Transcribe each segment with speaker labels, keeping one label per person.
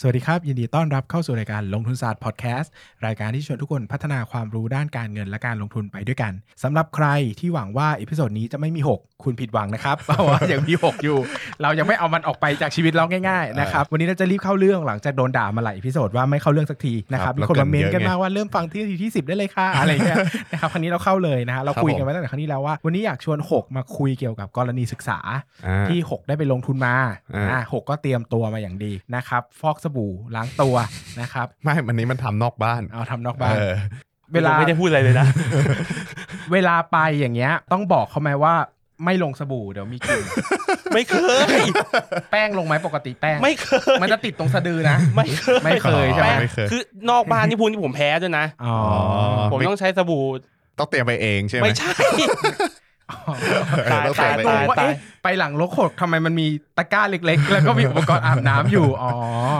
Speaker 1: สวัสดีครับ ยินดีต้อนรับเข้าสู่รายการลงทุนศาสตร์พอดแคสต์รายการที่ชวนทุกคนพัฒนาความรู้ด้านการเงินและการลงทุนไปด้วยกันสำหรับใครที่หวังว่าอีพิโซดนี้จะไม่มี 6 คุณผิดหวังนะครับ เพราะว่ายังมี 6 อยู่ เรายังไม่เอามันออกไปจากชีวิตเราง่ายๆนะครับวันนี้เราจะรีบเข้าเรื่องหลังจากโดนด่ามาหลายอีพิโซดว่าไม่เข้าเรื่องสักทีนะครับ
Speaker 2: ครั
Speaker 1: มี
Speaker 2: บ
Speaker 1: คนมาเมนต์กัน
Speaker 2: เรา
Speaker 1: มาก
Speaker 2: เกินเยอะไง
Speaker 1: ว่าเริ่มฟังที่นาทีที่ 10 ได้เลยค่ะ อะไรเงี้ยนะครับครั้งนี้เราเข้าเลยนะฮะเราคุยกันมาตั้งแต่ครั้งที่แล้วว่าวันนี้อยากชวน 6 มาคุยเกี่ยวกับกรณีศึกษา
Speaker 2: อ่า
Speaker 1: ที่ 6 ได้ไปลงทุนมา
Speaker 2: อ่า
Speaker 1: อ่าหกก็เตรียมตัวมาอย่างดีนะครับ ฟอกสบู่ล้างตัว นะครับ
Speaker 2: ไม่วันนี้มันทำนอกบ้าน
Speaker 1: เอาทำนอกบ้าน
Speaker 2: เอ อ
Speaker 1: เวลา
Speaker 3: ไม่ได้พูดอะไรเลยนะ
Speaker 1: เวลาไปอย่างเงี้ย ต้องบอกเขาไหมว่าไม่ลงสบู่เดี๋ยวมีกลิ่น
Speaker 3: ไม่เคย
Speaker 1: แป้งลงไหมปกติแป้ง
Speaker 3: ไม่เคย
Speaker 1: มันจะติดตรงสะดือนะ
Speaker 3: ไม่เคย
Speaker 1: ไม่เคยใช่ไหม
Speaker 3: แป้ง
Speaker 2: ไม่เคย
Speaker 3: คือนอกบ้านที่พูดที่ผมแพ้ด้วยนะ
Speaker 1: อ๋อ
Speaker 2: อ๋อ
Speaker 3: ผมต้องใช้สบู่
Speaker 2: ต้องเตรียมไปเองใช่ไหม
Speaker 3: ไม่ใช่
Speaker 2: เออ
Speaker 3: ตาย
Speaker 2: ต้องเตรียมไป
Speaker 3: ตา
Speaker 2: เอย ง
Speaker 1: ว่าเอ๊ะไปหลังรกหกทำไมมันมีตะกร้าเล็ก ๆ แล้วก็มีอุปกรณ์อาบน้ำอยู่อ๋อ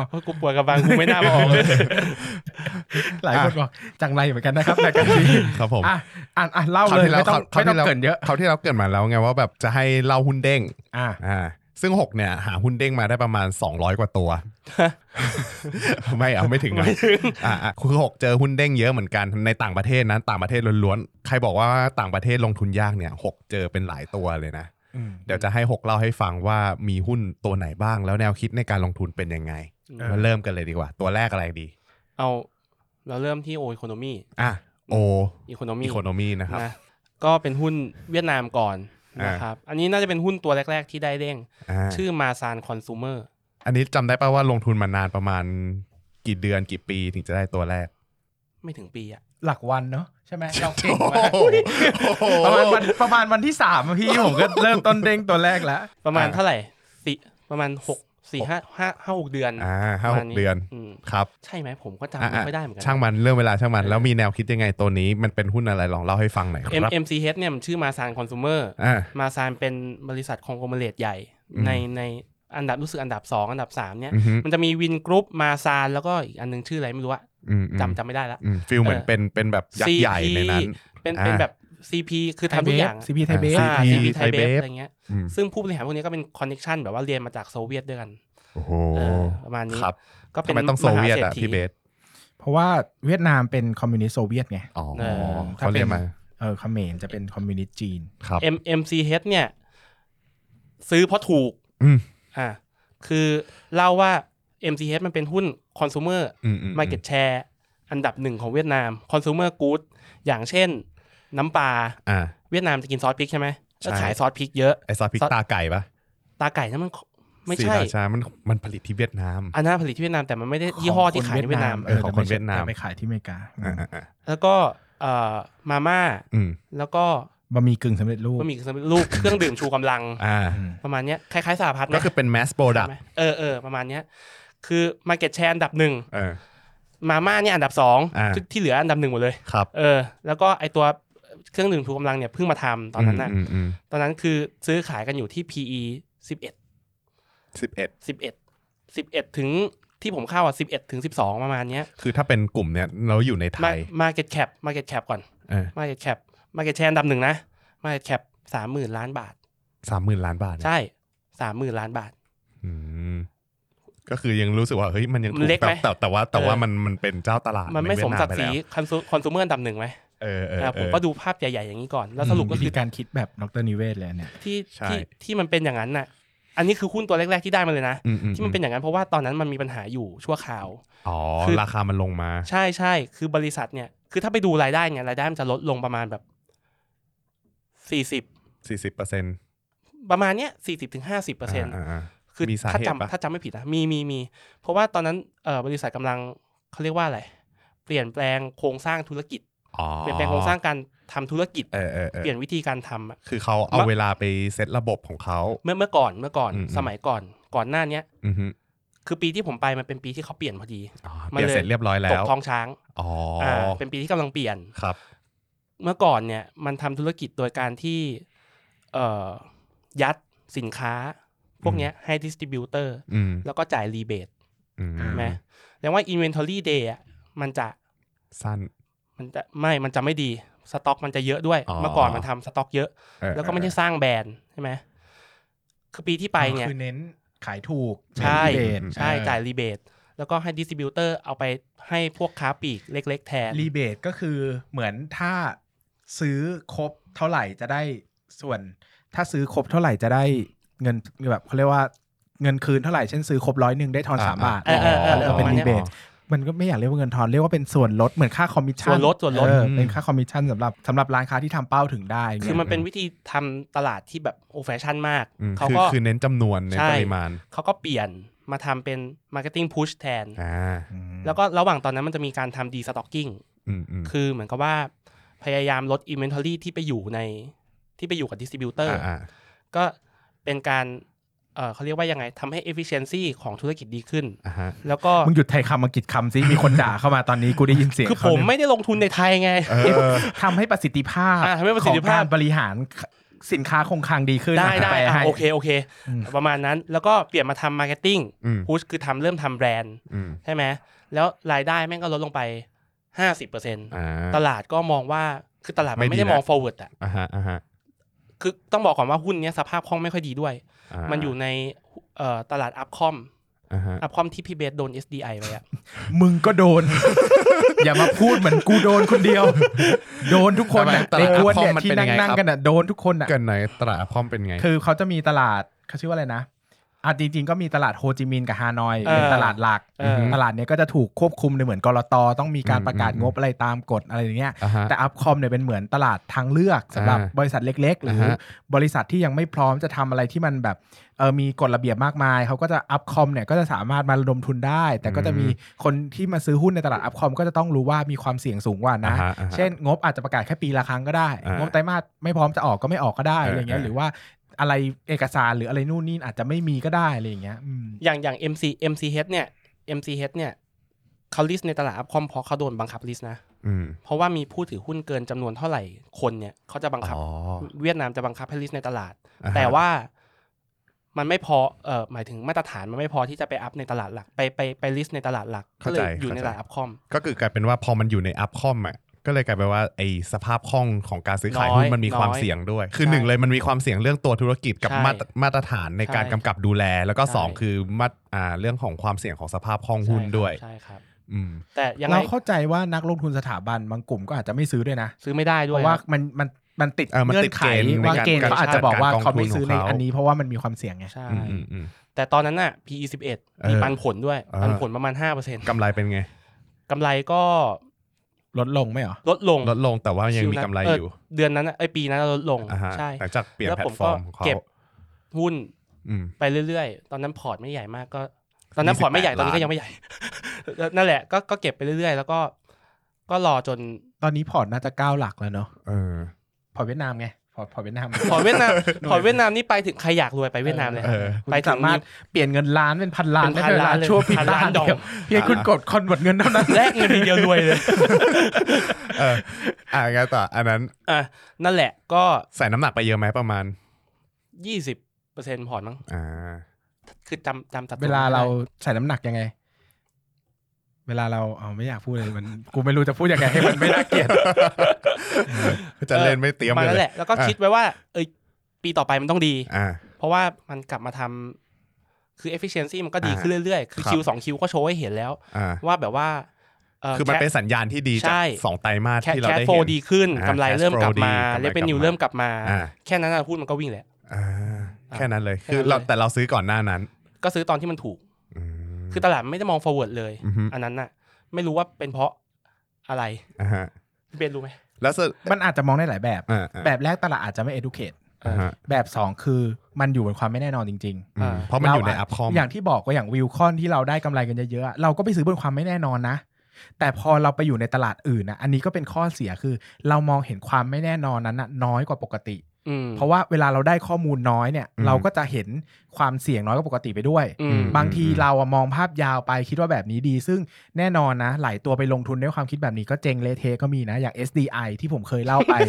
Speaker 3: เพราะกูปวดกระบังกูไม่น่ามาออกเลย
Speaker 1: หลายคนบอกจังไรเหมือนกันนะครับแต่กันที
Speaker 2: ครับผม
Speaker 1: อ่ะอ่ะอ่ะเล่า
Speaker 2: คราว
Speaker 1: เลย
Speaker 2: ที่แล้ว
Speaker 1: ไม่ต้อง
Speaker 2: คราว
Speaker 1: ไม่ต้
Speaker 2: ที่
Speaker 1: อง
Speaker 2: แล้ว
Speaker 1: เกรินเยอะ
Speaker 2: คราวที่เราเกิดมาแล้วไงว่าแบบจะให้เล่าหุ้นเด้ง
Speaker 1: อ่ะ
Speaker 2: อ่าซึ่ง 6 เนี่ย หาหุ้นเด้งมาได้ประมาณ 200 กว่าตัว ไม่เอาไม่ถึงอ่ะอ่าอ่ะคือ 6 เจอหุ้นเด้งเยอะเหมือนกันในต่างประเทศนะต่างประเทศล้วนๆ ใครบอกว่าต่างประเทศลงทุนยากเนี่ยหกเจอเป็นหลายตัวเลยนะ เดี๋ยวจะให้หกเล่าให้ฟังว่ามีหุ้นตัวไหนบ้าง แล้วแนวคิดในการลงทุนเป็นยังไง
Speaker 1: เออ
Speaker 2: มาเริ่มกันเลยดีกว่า ตัวแรกอะไรดี
Speaker 3: เอาเราเริ่มที่โอ c o โ o มี
Speaker 2: อ่ะโอ
Speaker 3: อีโคโนมี
Speaker 2: อีโคโนมีนะครับ
Speaker 3: นะก็เป็นหุ้นเวียดนามก่อนนะครับ อันนี้น่าจะเป็นหุ้นตัวแรก ๆ ที่ได้เด้ง
Speaker 2: อ่า
Speaker 3: ชื่อมาซานคอน sumer
Speaker 2: อันนี้จำได้ป่าว่าลงทุนมานานประมาณกี่เดือนกี่ปีถึงจะได้ตัวแรก
Speaker 3: ไม่ถึงปีอะ
Speaker 1: หลักวันเนาะใช่ไหมเราเก่ง
Speaker 2: โอ้
Speaker 1: มาก
Speaker 2: โห
Speaker 1: ประมาณวันประมาณวันที่สามอะพี่ ผมก็เริ่มต้นเด้งตัวแรกแล้ว
Speaker 3: ประมาณเท่าไหร่สี่ประมาณหกสี่ห้าห้าห้าหกเดือน
Speaker 2: อ่าห้า
Speaker 3: ประ
Speaker 2: ห
Speaker 3: มณ
Speaker 2: กเดือน
Speaker 3: ม
Speaker 2: ครับ
Speaker 3: ใช่ไหมผมก็จำ
Speaker 2: อ่ะ
Speaker 3: ไม่
Speaker 2: อ่ะ
Speaker 3: ค่อยได้เหมือนกั
Speaker 2: ช่างมันเรื่องเวลาช่างมัน แล้วมีแนวคิดยังไงตัวนี้มันเป็นหุ้นอะไรลองเล่าให้ฟังหน่อยค
Speaker 3: M
Speaker 2: รับ
Speaker 3: MCH เนี่ยมันชื่อมาซานคอน sumer
Speaker 2: อ่า
Speaker 3: มาซานเป็นบริษัทคองโกลเมเรตใหญ่
Speaker 2: อืม
Speaker 3: ในในอันดับรู้สึกอันดับ 2 อันดับ 3 เนี่ย
Speaker 2: อืมฮึ
Speaker 3: มันจะมีวินกรุ๊ปมาซานแล้วก็อีกอันนึงชื่ออะไรไม่รู้อะ
Speaker 2: อืมอืม
Speaker 3: จำจำไม่ได้ละ
Speaker 2: อืมฟิลเหมือน
Speaker 3: เออ
Speaker 2: เป็นเป็นแบบยัก
Speaker 3: CP
Speaker 2: ษ์ใหญ่ในนั้น
Speaker 3: เป็น
Speaker 2: อ่า
Speaker 3: เป็นแบบ CP คือทำทุกอย่าง
Speaker 1: CP ไทยเบส
Speaker 2: อ่
Speaker 3: อ่า
Speaker 2: CP
Speaker 3: CP ไทยเบ
Speaker 2: Thai Babe
Speaker 3: ฟอะไรเงี้ย
Speaker 2: อืม
Speaker 3: ซึ่งผู้บริหารพวกนี้ก็เป็นคอนเน t ชันแบบว่าเรียนมาจากโซเวียตด้วยกัน
Speaker 2: โอ้โห
Speaker 3: เออประมาณนี้
Speaker 2: ครับ
Speaker 3: ก็เป็
Speaker 2: ทำ
Speaker 3: น
Speaker 2: ไมต้องโซเวียต
Speaker 3: ม
Speaker 2: อ่ะ
Speaker 3: หาศรษฐี
Speaker 2: พี่เบส
Speaker 1: เพราะว่าเวียดนามเป็นคอมมิวนิสต์โซเวียตไง
Speaker 2: อ๋อ
Speaker 3: เออ
Speaker 2: เขาเรียนมา
Speaker 1: เออเขมรจะเป็นคอมมิวนิสต์จีน
Speaker 2: ครับ
Speaker 3: M MCH เนี่ย ซื้อเพราะถูก
Speaker 2: อืม
Speaker 3: อ่าคือเล่าว่า MCH มันเป็นหุ้นคอน sumer
Speaker 2: อืมอืม
Speaker 3: มาเก็ตแชร์อันดับหนึ่งของเวียดนามคอน sumer good อย่างเช่น น้ำปลา
Speaker 2: อ่า
Speaker 3: เวียดนามจะกินซอสพริกใช่ไหม
Speaker 2: ใช่
Speaker 3: ก็ขายซอสพริกเยอะ
Speaker 2: ไอซอสพริก
Speaker 3: ซอส
Speaker 2: ตาไก่ปะ
Speaker 3: ตาไก่นั่นมันไม่
Speaker 2: ศ
Speaker 3: ใช่
Speaker 2: รีราชามันมันผลิตที่เวียดนาม
Speaker 3: อันนั้นผลิตที่เวียดนามแต่มันไม่ได้ยี่ห้อที่ขายในเวียดนาม
Speaker 2: เออของคนเวียดนาม
Speaker 1: ไปขายที่อเมริกา
Speaker 2: อ่าอ่าอ่า
Speaker 3: แล้วก็เอ่อมาม่า
Speaker 2: อืม
Speaker 3: แล้วก็
Speaker 1: บะหมี่กึ่งสำเร็จรูป
Speaker 3: บะหมี่กึ่งสำเร็จรูป เครื่องดื่มชูกำลัง
Speaker 2: อ่า
Speaker 1: อืม
Speaker 3: ประมาณเนี้ยคล้ายๆสาพัฒน์
Speaker 2: ก็คือเป็นแมสโปรดัก
Speaker 3: ไหมเออเออประมาณเนี้ยคือมาเก็ตแชร์อันดับหนึ่ง
Speaker 2: เออ
Speaker 3: มาม่าเนี่ยอันดับสอง
Speaker 2: อ่า
Speaker 3: ที่เหลืออันดับหนึ่งหมดเลย
Speaker 2: ครับ
Speaker 3: เออแล้วก็ไอตัวเครื่องดื่มชูกำลังเนี่ยเพิ่งมาทำตอนนั้นน่ะ
Speaker 2: อืมอืม
Speaker 3: ตอนนั้นคือซื้อขายกันอยู่ที่ PE 11
Speaker 2: สิบเอ็ด
Speaker 3: 11 11 ถึงที่ผมเข้าอ่ะ 11 ถึง 12 ประมาณเนี้ย
Speaker 2: คือถ้าเป็นกลุ่มเนี้ยเราอยู่ในไทย
Speaker 3: Ma- market cap market cap ก่อน
Speaker 2: เออ
Speaker 3: market cap market share อันดับหนึ่งนะ market cap 30,000 ล้านบาท
Speaker 2: สามหมื่นล้านบาทนะ
Speaker 3: ใช่ 30,000 ล้านบาท
Speaker 2: อืมก็คือยังรู้สึกว่าเฮ้ยมันยังถู
Speaker 3: มันเล็ก
Speaker 2: แต่
Speaker 3: ไหม
Speaker 2: แต่แต่ว่าแต่ว่า
Speaker 3: เออ
Speaker 2: มันมันเป็นเจ้าตลาด
Speaker 3: มันไม่
Speaker 2: ใน
Speaker 3: ส
Speaker 2: เวีย
Speaker 3: ม
Speaker 2: ดนา
Speaker 3: ศักดิ์ศรี
Speaker 2: ไปแล้ว
Speaker 3: คอนซูคอน sumer อันดับหนึ่งไหม
Speaker 2: เออเออ
Speaker 3: อ่ะ
Speaker 2: เอ
Speaker 3: ผม
Speaker 2: อ
Speaker 3: ก็ดูภาพใหญ่ๆอย่างนี้ก่อน แล้วสรุป
Speaker 1: วิ
Speaker 3: ก็คื
Speaker 1: ธี
Speaker 3: อ
Speaker 1: การคิดแบบดรนิเวศเลยอันเนี่ย
Speaker 3: ที่
Speaker 2: ใช่
Speaker 3: ที่ที่มันเป็นอย่างนั้นน่ะ อันนี้คือหุ้นตัวแรก ๆ ที่ได้มาเลยนะ
Speaker 2: อือื
Speaker 3: ที่มันเป็นอย่างนั้นเพราะว่าตอนนั้นมันมีปัญหาอยู่ชั่วคราว
Speaker 2: อ๋อ
Speaker 3: คือ
Speaker 2: ราคามันลงมา
Speaker 3: ใช่ใช่ คือบริษัทเนี่ย คือถ้าไปดูรายได้เนี่ย รายได้มันจะลดลงประมาณแบบสี่สิบ
Speaker 2: สี่สิบเปอร์เซ็นต์
Speaker 3: 40 ประมาณเนี้ยสี่สิบถึงห้าสิบเปอร์เซ็นต์
Speaker 2: า
Speaker 3: คือ
Speaker 2: มีสาเหตุ
Speaker 3: ถ้าจำ
Speaker 2: ปะ
Speaker 3: ถ้าจำไม่ผิดนะ มีมีมี เพราะว่าตอนนั้นเอ่อบริษัทกำลังเขาเรียกว่าอะไร เปลี่ยนแปลงโครงสร้างธุรกิจ
Speaker 2: อ๋อ
Speaker 3: เปลี่ยนแปลงโครงสร้างการทำธุรกิจ
Speaker 2: เออเออเออ
Speaker 3: เปลี่ยนวิธีการทำอะ
Speaker 2: คือเขาเอาเวลาไปเซตระบบของเขา
Speaker 3: เมื่อเมื่อก่อนเมื่อก่อน
Speaker 2: อืม
Speaker 3: สมัยก่อนก่อนหน้าเนี้ย
Speaker 2: อือฮึ
Speaker 3: คือปีที่ผมไปมันเป็นปีที่เขาเปลี่ยนพอดี
Speaker 2: อ๋อ
Speaker 3: มัน
Speaker 2: เปลี่ยน
Speaker 3: เลย
Speaker 2: เสร็จเรียบร้อย
Speaker 3: ต
Speaker 2: แล้
Speaker 3: ก
Speaker 2: ว
Speaker 3: ท้องช้าง
Speaker 2: อ๋ออ
Speaker 3: อ่าเป็นปีที่กำลังเปลี่ยน
Speaker 2: ครับ
Speaker 3: เมื่อก่อนเนี่ยมันทำธุรกิจโดยการที่เอ่อยัดสินค้า พวกเนี้ยให้ดิสติบิวเตอร์
Speaker 2: อืม
Speaker 3: แล้วก็จ่ายรีเบท
Speaker 2: อืม
Speaker 3: ใช่ไหมแปลว่า Inventory Day อะมันจะ
Speaker 2: สั้น
Speaker 3: มันจะไม่มันจะไม่ดีสต็อกมันจะเยอะด้วย
Speaker 2: อ๋อ
Speaker 3: เมื่อก่อนมันทำสต็อกเยอะ
Speaker 2: เออ
Speaker 3: แล้วก็ไม่ได้สร้างแบรนด์ใช่ไหมคือปีที่ไปเนี่ย
Speaker 1: คือเน้นขายถูก
Speaker 3: ใช่
Speaker 1: เน้นรีเบท
Speaker 3: ใช่
Speaker 1: เออ
Speaker 3: จ่ายรีเบท แล้วก็ให้ดิสติบิวเตอร์เอาไปให้พวกค้าปลีกเล็ก ๆ แทน
Speaker 1: รีเบทก็คือเหมือนถ้าซื้อครบเท่าไหร่จะได้ส่วน ถ้าซื้อครบเท่าไหร่จะได้เงินแบบเขาเรียกว่าเงินคืนเท่าไหร่เช่นซื้อครบร้อยหนึ่งได้ทอนสามบาท
Speaker 3: เออเออเออ
Speaker 1: เออเป็น
Speaker 3: ประมาณ
Speaker 1: รี
Speaker 3: นี้ย
Speaker 1: เบท มันก็ไม่อยากเรียกว่าเงินทอนเรียกว่าเป็นส่วนลดเหมือนค่าคอมมิชชั่น
Speaker 3: ส่วนลดส่วนลด
Speaker 1: เออเป็นค่าคอมมิชชั่นสำหรับสำหรับร้านค้าที่ทำเป้าถึงได้เย
Speaker 3: คือมันเป็นวิธีทำตลาดที่แบบโอแฟชั่นมาก
Speaker 2: อืม
Speaker 3: เขา
Speaker 2: คือ
Speaker 3: ก็
Speaker 2: คือเน้นจำนวนเน้น
Speaker 3: ใช่
Speaker 2: ปริมาณ
Speaker 3: เขาก็เปลี่ยนมาทำเป็น Marketing Push แทน
Speaker 2: อ่า
Speaker 3: แล้วก็ระหว่างตอนนั้นมันจะมีการทำดีสต็อกกิ้ง
Speaker 2: อืมอืม
Speaker 3: คือเหมือนกับว่าพยายามลด Inventory ที่ไปอยู่ในที่ไปอยู่กับดิสติบิวเตอร์
Speaker 2: อ่า
Speaker 3: ก็เป็นการเอ่อเขาเรียกว่ายังไงทำให้ efficiency ของธุรกิจดีขึ้น
Speaker 2: อ่าฮะ
Speaker 3: แล้วก็
Speaker 1: มึงหยุดไทยคำอังกฤษคำซิ มีคนด่าเข้ามาตอนนี้กูได้ยินเสียง
Speaker 3: คือผ
Speaker 1: เขา
Speaker 3: ม
Speaker 1: เนี่ย
Speaker 3: ไม่ได้ลงทุนในไทยไง
Speaker 2: เออ
Speaker 1: ทำให้ประสิทธิภาพ
Speaker 3: อ่ะทำให้ประสิทธิภา
Speaker 1: ข
Speaker 3: พ
Speaker 1: องการบริหารสินค้าคงคลังดีขึ้น
Speaker 3: ได้
Speaker 1: อ่ะ
Speaker 3: ได้
Speaker 1: แปล
Speaker 3: อ่ะ
Speaker 1: ให้
Speaker 3: โอเคโอเค
Speaker 1: อืม
Speaker 3: ประมาณนั้นแล้วก็เปลี่ยนมาทำมาร์เก็ตติ้ง
Speaker 2: อืม
Speaker 3: พุชคือทำเริ่มทำแบรนด์
Speaker 2: อืม
Speaker 3: ใช่ไหมแล้วรายได้แม่งก็ลดลงไป 50%
Speaker 2: อ่า
Speaker 3: ตลาดก็มองว่าคือตลาดมัน
Speaker 2: ไม่
Speaker 3: ไม่
Speaker 2: ดี
Speaker 3: ได้
Speaker 2: แล้ว
Speaker 3: มอง forward อ่ะ
Speaker 2: อ่าฮะอ่าฮะ
Speaker 3: คือต้องบอกก่อนว่าหุ้นเนี้ยสภาพคล่องไม่ค่อยดีด้วย
Speaker 2: า
Speaker 3: มันอยู่ในเอ่อตลาดอัพคอม
Speaker 2: อ่าฮะ
Speaker 3: อัพคอมที่พี่เบสโดน SDI ไปอ่ะ
Speaker 1: มึงก็โดน อย่ามาพูดเหมือนกูโดนคนเดียว โดนทุกคนน่ะ
Speaker 2: ต
Speaker 1: ใน
Speaker 2: ลาด
Speaker 1: กวน
Speaker 2: คอม
Speaker 1: เนี่ย
Speaker 2: มัน
Speaker 1: ที่
Speaker 2: เป็นยังไง
Speaker 1: นั่ง
Speaker 2: ครับ
Speaker 1: ๆกันอ่ะโดนทุกคนอ่ะ
Speaker 2: เกินหน่อยตลาดคอมเป็นไง
Speaker 1: คือเขาจะมีตลาดเขาชื่อว่าอะไรนะอ่ะจริงๆก็มีตลาดโฮจิมินห์กับฮานอย
Speaker 3: เออ
Speaker 1: เป็นตลาดหลัก
Speaker 3: เออ
Speaker 1: ตลาดเนี้ยก็จะถูกควบคุมในเหมือนกรตต้องมีการประกาศ
Speaker 2: อืม
Speaker 1: งบอะไรตามกฎอะไรอย่างเงี้ย
Speaker 2: อ่าฮะ
Speaker 1: แต่อัพคอมเนี่ยเป็นเหมือนตลาดทางเลือกสำหรับ
Speaker 2: อ่า
Speaker 1: บริษัทเล็ก ๆ หรืออา
Speaker 2: ฮะ
Speaker 1: บริษัทที่ยังไม่พร้อมจะทำอะไรที่มันแบบเออมีกฎระเบียบมากมาย เขาก็จะอัพคอมเนี่ยก็จะสามารถมาระดมทุนได้ แต่ก็จะมีคนที่มาซื้อหุ้นในตลาดอัพคอมก็จะต้องรู้ว่ามีความเสี่ยงสูงกว่านะ
Speaker 2: อ่าฮอ่าฮะ
Speaker 1: เช่น งบอาจจะประกาศแค่ปีละครั้งก็ได้
Speaker 2: อ่าง
Speaker 1: งบไตรมาสไม่พร้อมจะออกก็ไม่ออกก็ได้
Speaker 2: เอออ
Speaker 1: อะไรเงี้ย
Speaker 2: เออ
Speaker 1: หรือว่าอะไรเอกสารหรืออะไรนู่นนี่อาจจะไม่มีก็ได้อะไรอย่างเงี้ยอืม
Speaker 3: อย่างอย่าง MC MCH เนี่ย MCH เนี่ยเขาลิสต์ในตลาดอัพคอมเพราะเขาโดนบังคับลิสต์นะ
Speaker 2: อืม
Speaker 3: เพราะว่ามีผู้ถือหุ้นเกินจำนวนเท่าไหร่คนเนี่ยเขาจะบังคับ
Speaker 2: อ๋อ
Speaker 3: เวียดนามจะบังคับให้ลิสต์ในตลาด
Speaker 2: อ่ฮะ
Speaker 3: แต่ว่ามันไม่พอเออหมายถึงมาตรฐานมันไม่พอที่จะไปอัพในตลาดหลัก ไปไปไปลิสต์ในตลาดหลักก็เลยอยู่ในตลาดอัพคอม
Speaker 2: ก็คือกลายเป็นว่าพอมันอยู่ในอัพคอมอ่ะก็เลยกลายเป็นว่าไอ้สภาพคล่องของการซื้อขาย
Speaker 3: น้อย
Speaker 2: หุ้นมันมี
Speaker 3: น้อ
Speaker 2: ค
Speaker 3: ย
Speaker 2: วามเสี่ยงด้วย คือ
Speaker 3: ใช่
Speaker 2: หนึ่งเลยมันมีความเสี่ยงเรื่องตัวธุรกิจกับ
Speaker 3: ใช่
Speaker 2: มาตรมาตรฐานในการ
Speaker 3: ใช่
Speaker 2: กำกับดูแล แล้วก็
Speaker 3: ใช่
Speaker 2: สองคือมาตรอ่าเรื่องของความเสี่ยงของสภาพคล่องหุ้นด้วย
Speaker 3: ใช่ครับ
Speaker 2: อืม
Speaker 3: แต่ยังไง
Speaker 1: เราเข้าใจว่านักลงทุนสถาบันบางกลุ่มก็อาจจะไม่ซื้อด้วยนะ
Speaker 3: ซื้อไม่ได้ด้
Speaker 1: เพ
Speaker 3: วย
Speaker 1: ราะว่ามันมันมันติด
Speaker 2: เออมัน
Speaker 1: เงื่อ
Speaker 2: ติ
Speaker 1: น
Speaker 2: ด
Speaker 1: ไข
Speaker 2: เกณฑ์ใน
Speaker 1: ว่า
Speaker 2: การ
Speaker 1: เกณฑ์เขาอาจจะบอกว่า
Speaker 2: การจัดการ
Speaker 1: เขาไม่ซื้อใน
Speaker 2: กองทุนของเขา
Speaker 1: อันนี้เพราะว่ามันมีความเสี่ยงไง
Speaker 3: ใช่
Speaker 2: อืมอืมอืม
Speaker 3: แต่ตอนนั้นน่ะ PE 11มีปันผลด้วย
Speaker 2: เออ
Speaker 3: ปันผลประมาณ5%
Speaker 2: กำไรเป็นไง
Speaker 3: กำไรก็
Speaker 1: ลดลงไหมเหรอ
Speaker 3: ลดลง
Speaker 2: ลดลงแต่ว่ายังมี
Speaker 3: คิวนั้น
Speaker 2: กำไร
Speaker 3: เ
Speaker 2: อยู่
Speaker 3: เดือนนั้นน่ะไอยปีนั้นน่ะลดลง
Speaker 2: อ่าฮะ
Speaker 3: ใช่
Speaker 2: หลังจากเปลี่ยน
Speaker 3: แล้ว
Speaker 2: แพล
Speaker 3: ผม
Speaker 2: ตฟอ
Speaker 3: ก็
Speaker 2: ร์มของเขา
Speaker 3: เก็บหุ้น
Speaker 2: อืม
Speaker 3: ไปเรื่อยๆ ตอนนั้นพอร์ตไม่ใหญ่มากก็ ตอนนั้น
Speaker 2: 28
Speaker 3: พอร์ตไม่ใหญ่ตอนนี้
Speaker 2: ล้าน
Speaker 3: ก็ยังไม่ใหญ่ นั่นแหละก็ก็เก็บไปเรื่อยๆ แล้วก็ ก็รอจน
Speaker 1: ตอนนี้พอร์ตน่าจะเก้าหลักแล้วเนาะ
Speaker 2: เออ
Speaker 1: พอร์ตเวียดนามไง พอร์ตพอร์ตเวียดนาม
Speaker 3: พอร์ตเวียดนาม พอร์ตเวียดนามนี่ไปถึงใครอยากรวยไปเวียดนามเลย
Speaker 2: เออ
Speaker 1: คุณ
Speaker 3: ไปถึ
Speaker 1: สาง มารถเปลี่ยนเงินล้านเป็นพันล้าน
Speaker 3: เป็น
Speaker 1: ได้
Speaker 3: พัน
Speaker 1: เวลา
Speaker 3: ล้านเลย
Speaker 1: ชั่วพริบ
Speaker 3: พันล้า
Speaker 1: ล้าน น
Speaker 3: ดอก
Speaker 1: เดียวเพียงคุณกดคอนเวิร์ตเงินเท่านั้น
Speaker 3: แลกเงินทีเดียวรวยเลย
Speaker 2: เอออ่างั้นต่ออันนั้น
Speaker 3: อ่ะนั่นแหละก็
Speaker 2: ใส่น้ำหนักไปเยอะไหมประมาณ
Speaker 3: ยี่สิบเปอร์เซ็นต์พอร์ตมั้ง
Speaker 2: อ่า
Speaker 3: คือจำจำสัดส่น
Speaker 1: เวลาเราใส่น้ำหนักยังไง เวลาเราเอาไม่อยากพูดเลยมัน กูไม่รู้จะพูดยังไงให้มันไม่น่าเกลียด
Speaker 2: จะเล่นไม่เตรียม
Speaker 3: มา
Speaker 2: เล
Speaker 3: นั่นแห
Speaker 2: ย
Speaker 3: ละแล้วก็คิดไว้ว่า เอยปีต่อไปมันต้องดี
Speaker 2: อ่า
Speaker 3: เพราะว่ามันกลับมาทำคือ efficiency มันก็ดี
Speaker 2: อ่า
Speaker 3: ขึ้นเรื่อยๆ คือ
Speaker 2: ครับ
Speaker 3: Q สอง Q ก็โชว์ให้เห็นแล้ว
Speaker 2: อ่า
Speaker 3: ว่าแบบว่าเอ่อ
Speaker 2: คือมันเป็นสัญญาณที่ดี
Speaker 3: ใช่
Speaker 2: จากสองไตรมาส
Speaker 3: แค่
Speaker 2: ที่เรา
Speaker 3: แค
Speaker 2: ได้
Speaker 3: โฟ
Speaker 2: เห็น
Speaker 3: ดีขึ้น
Speaker 2: อ่าก
Speaker 3: ำไรเริ่มกลับมา
Speaker 2: cash flow ดีกำไร
Speaker 3: เลเว
Speaker 2: กลับ
Speaker 3: นิว
Speaker 2: มา
Speaker 3: เริ่มกลับมา
Speaker 2: อ่า
Speaker 3: แค่นั้นนะหุ้นมันก็วิ่งแล้ว
Speaker 2: อ่าแค่นั้นเลย คือ
Speaker 3: แค่นั้นเลย
Speaker 2: เราแต่เราซื้อก่อนหน้านั้น
Speaker 3: ก็ซื้อตอนที่มันถูก
Speaker 2: อืม
Speaker 3: คือตลาดไม่ได้มอง forward เลย
Speaker 2: อือฮึ
Speaker 3: อันนั้นน่ะ ไม่รู้ว่าเป็นเพราะอะไร
Speaker 2: อ่าฮะ
Speaker 3: พี่เป็นรู้ไหม
Speaker 2: แล้วสุด
Speaker 1: มันอาจจะมองได้หลายแบบ
Speaker 2: อ่าอ่า
Speaker 1: แบบแรกตลาดอาจจะไม่ educate
Speaker 2: อ่าฮะ
Speaker 1: แบบสองคือมันอยู่บนความไม่แน่นอนจริง ๆ
Speaker 2: อืมเพราะมันอยู่ในอัพคอม
Speaker 1: อย่างที่บอกว่าอย่างวิวคอนที่เราได้กำไรกันเยอะๆอะเราก็ไปซื้อบนความไม่แน่นอนนะ แต่พอเราไปอยู่ในตลาดอื่นนะอันนี้ก็เป็นข้อเสียคือ เรามองเห็นความไม่แน่นอนนั้นนะน้อยกว่าปกติ
Speaker 3: อืม
Speaker 1: เพราะว่าเวลาเราได้ข้อมูลน้อยเนี่ย
Speaker 2: อืม
Speaker 1: เราก็จะเห็นความเสี่ยงน้อยกว่าปกติไปด้วย
Speaker 3: อืม
Speaker 1: บางทีเราอะมองภาพยาวไปคิดว่าแบบนี้ดี ซึ่งแน่นอนนะ หลายตัวไปลงทุนด้วยความคิดแบบนี้ก็เจงเละเทะก็มีนะ อย่าง SDI ที่ผมเคยเล่าไป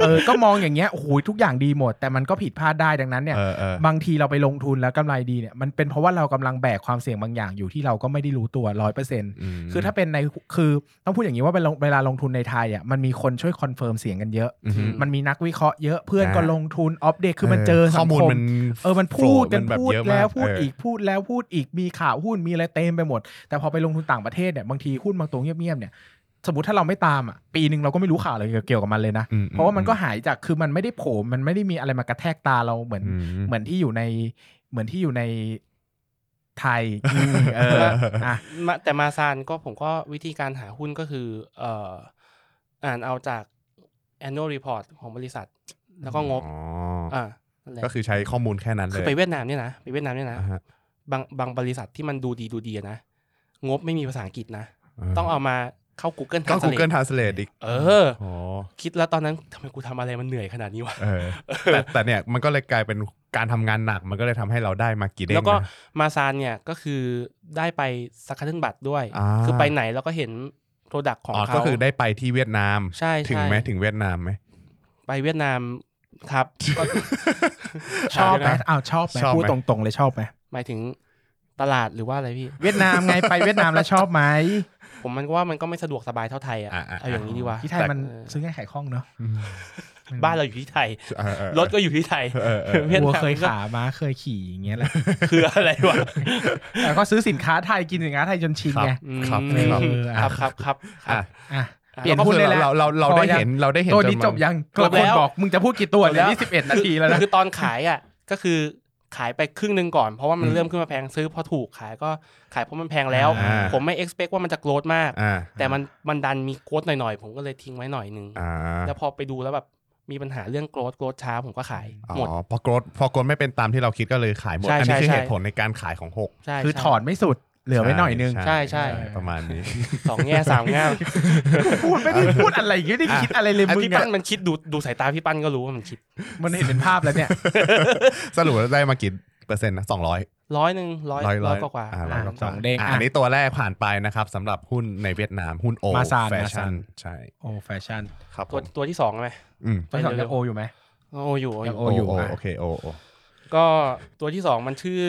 Speaker 1: เออ ก็มองอย่างเงี้ยโอ้โหทุกอย่างดีหมด แต่มันก็ผิดพลาดได้ดังนั้นเนี่ย
Speaker 2: เออเออ
Speaker 1: บางทีเราไปลงทุนแล้วกำไรดีเนี่ยมันเป็นเพราะว่าเรากำลังแบกความเสี่ยงบางอย่างอยู่ที่เราก็ไม่ได้รู้ตัวร้อยเปอร์เซ็นต์
Speaker 2: ม
Speaker 1: คือถ้าเป็นในคือต้องพูดอย่างนี้ว่าเวลาเวลาลงทุนในไทยอ่ะมันมีคนช่วยคอนเฟิร์มเสียงกันเยอะ
Speaker 2: อือฮึ
Speaker 1: มันมีนักวิเคราะห์เยอะเพื่อนก็
Speaker 2: อ่า
Speaker 1: ลงทุนอัปเดตคือมันเจอ
Speaker 2: ข้
Speaker 1: สั
Speaker 2: อง มูล
Speaker 1: คม
Speaker 2: มัน
Speaker 1: เออมันพูดกัน
Speaker 2: โผล่มัแบบ
Speaker 1: พูด
Speaker 2: เยอะ
Speaker 1: แล้ว
Speaker 2: มาก
Speaker 1: พูด
Speaker 2: เ
Speaker 1: อีกพูดแล้วพูดอีกมีข่าวหุ้นมีอะไรเต็มไปหมด แต่พอไปลงทุนต่างประเทศเนี่ยบางทีหุ้นบางตัวเงียบๆเนี่ยสมมติถ้าเราไม่ตามอ่ะปีหนึ่งเราก็ไม่รู้ข่าวอะไรเกี่ยวกับมันเลยนะ
Speaker 2: อืม
Speaker 1: เพราะว่ามันก็หายจากคือมันไม่ได้โผล่มันไม่ได้มีอะไรมากระแทกตาเราเหมือน
Speaker 2: อืม
Speaker 1: เหมือนที่อยู่ในเหมือนที่อยู่ในไทยเอออ่ะ
Speaker 3: มาแต่มาซานก็ผมก็วิธีการหาหุ้นก็คือเอ่ออ่านเอาจาก annual report ของบริษัท แล้วก็งบ
Speaker 2: อ๋อ
Speaker 3: อ่านั่นแหละ
Speaker 2: ก็คือใช้ข้อมูลแค่นั้นเล
Speaker 3: คือยไปเวียดนามเนี่ยนะไปเวียดนามเนี่ยนะ
Speaker 2: อ่าฮะ
Speaker 3: บางบางบริษัทที่มันดูดีดูดีอะนะ งบไม่มีภาษาอังกฤษนะ
Speaker 2: า
Speaker 3: ต้องเอามาเข้า Google
Speaker 2: ก็ Google
Speaker 3: Translate
Speaker 2: Translate อีก
Speaker 3: เออ
Speaker 2: อ๋อ
Speaker 3: คิดแล้วตอนนั้นทำไมกูทำอะไรมันเหนื่อยขนาดนี้วะ
Speaker 2: เออแต่แต่เนี่ยมันก็เลยกลายเป็นการทำงานหนักมันก็เลยทำให้เราได้มากี่เด้ง
Speaker 3: แล้วก็
Speaker 2: นะ
Speaker 3: มาซานเนี่ยก็คือได้ไปสักคัตเทิลบัตรด้วย
Speaker 2: อ่า
Speaker 3: คือไปไหนเราก็เห็นโปรดักต์ของ
Speaker 2: อ๋อ
Speaker 3: เขา
Speaker 2: ก็คือได้ไปที่เวียดนาม
Speaker 3: ใช่ใช่
Speaker 2: ถึงไหมถึงเวียดนามไหม
Speaker 3: ไปเวียดนามครับ ก็
Speaker 1: ชอบไหม
Speaker 3: เดี๋ยวนะ
Speaker 1: อ้าวชอบไหม
Speaker 2: ชอบไหม
Speaker 1: พูดตรงๆเลยชอบไหม
Speaker 3: หมายถึงตลาดหรือว่าอะไรพี่
Speaker 1: เวียดนามไงไปเวียดนามแล้วชอบไหม
Speaker 3: ผมมันก็ว่ามันก็ไม่สะดวกสบายเท่าไทยอ่ะ
Speaker 2: อ่ะอ่ะ
Speaker 3: เอาอย่างนี้ดีกว่า
Speaker 1: ที่ไทยมัน
Speaker 3: เออ
Speaker 1: ซื้อง่ายขายคล่องเนาะ
Speaker 3: บ้านเราอยู่ที่ไทย
Speaker 2: เออเออ
Speaker 3: รถก็อยู่ที่ไทย
Speaker 2: เออเออ
Speaker 3: เวียดนาม
Speaker 1: วัวเคยขาม้าเคยขี่อย่างเงี้ยแหละ
Speaker 3: คืออะไรวะ
Speaker 1: แต่ก็ซื้อสินค้าไทยกินสินค้าไทยจนชินไง
Speaker 3: อืม
Speaker 2: ครับ
Speaker 1: เออ
Speaker 2: ครับ
Speaker 3: ครับครับครับค
Speaker 2: อ่ะ
Speaker 3: รับ
Speaker 1: อ่ะ
Speaker 3: อ่ะ
Speaker 1: เปลี่ยน
Speaker 2: ก็
Speaker 1: หุ้น
Speaker 2: คือ
Speaker 1: ได้แล้ว
Speaker 2: เราเราเราได้
Speaker 1: พอยัง
Speaker 2: เห็นเราได้เห็น
Speaker 1: ตัว
Speaker 2: จ
Speaker 1: นี้
Speaker 2: น
Speaker 1: จบยัง
Speaker 3: จบแล้ว
Speaker 1: คนบอกมึงจะพูดกี่ตัวเนี่ยนี่สิบเอ็ดนาทีแล้วนะ
Speaker 3: คือตอนขายอ่ะก็คือขายไปครึ่งหนึ่งก่อนเพราะว่ามันเริ่มขึ้นมาแพงซื้อเพราะถูกขายก็ขายเพราะมันแพงแล้ว
Speaker 2: อ่า
Speaker 3: ผมไม่ expect ว่ามันจะโกรธมาก
Speaker 2: อ่า
Speaker 3: แต่มันมันดันมีโกรธหน่อยๆ ผมก็เลยทิ้งไว้หน่อยหนึง
Speaker 2: อ่า
Speaker 3: แล้วพอไปดูแล้วแบบมีปัญหาเรื่องโกรธโกรธช้าผมก็ขาย
Speaker 2: อ๋
Speaker 3: หมด
Speaker 2: อพอโกรธพอโกรธไม่เป็นตามที่เราคิดก็เลยขายหมด
Speaker 3: ใช่
Speaker 2: อันนี้คือ
Speaker 3: ใช่ใช่
Speaker 2: เหตุผลในการขายของหก
Speaker 3: ใช่
Speaker 1: คือ
Speaker 3: ใช่
Speaker 1: ถอนไม่สุดเหลือไว้หน่อยนึง
Speaker 3: ใช่ใช่
Speaker 2: ประมาณนี้
Speaker 3: สองแง่ สามแง่
Speaker 1: พูดไม่ได้พูดอะไรไม่ได้คิดอะไรเลย
Speaker 3: ไอ้
Speaker 1: มึง
Speaker 3: พี่
Speaker 1: อะ
Speaker 3: ปั้นมันคิดดูดูสายตาพี่ปั้นก็รู้ว่ามันคิด
Speaker 1: มันเห็นเป็นภาพแล้วเนี่ย
Speaker 2: สรุปแล้วได้มากี่เปอร์เซ็นต์นะสองร้อย
Speaker 3: ร้อยหนึ่งร้อย
Speaker 2: ร้อย
Speaker 3: ร้อยกว่าๆ
Speaker 2: อ่าร้อ
Speaker 3: อ่า
Speaker 2: ยกว่า
Speaker 1: สองเด้ง
Speaker 2: ะ
Speaker 1: อ่ะ
Speaker 2: อันนี้ตัวแรกผ่านไปนะครับสำหรับหุ้นในเวียดนามหุ้นโอ
Speaker 1: มาซาน
Speaker 2: แฟ
Speaker 1: มาซา
Speaker 2: ชั่น
Speaker 1: น
Speaker 2: ใช่
Speaker 1: โอ้แฟชั่น
Speaker 2: ครับผ
Speaker 3: ตัว
Speaker 2: ม
Speaker 3: ตัวที่สองไหม
Speaker 2: อืม
Speaker 1: ต้องสอน
Speaker 3: เร็
Speaker 1: ยัง
Speaker 3: วๆ
Speaker 1: โออยู่ไหม
Speaker 3: โออยู่โออ
Speaker 1: ยั
Speaker 3: ยู่
Speaker 1: งโออยู่อ่ะ
Speaker 2: โโอเคโอโอ
Speaker 3: ก็ตัวที่สองมันชื่อ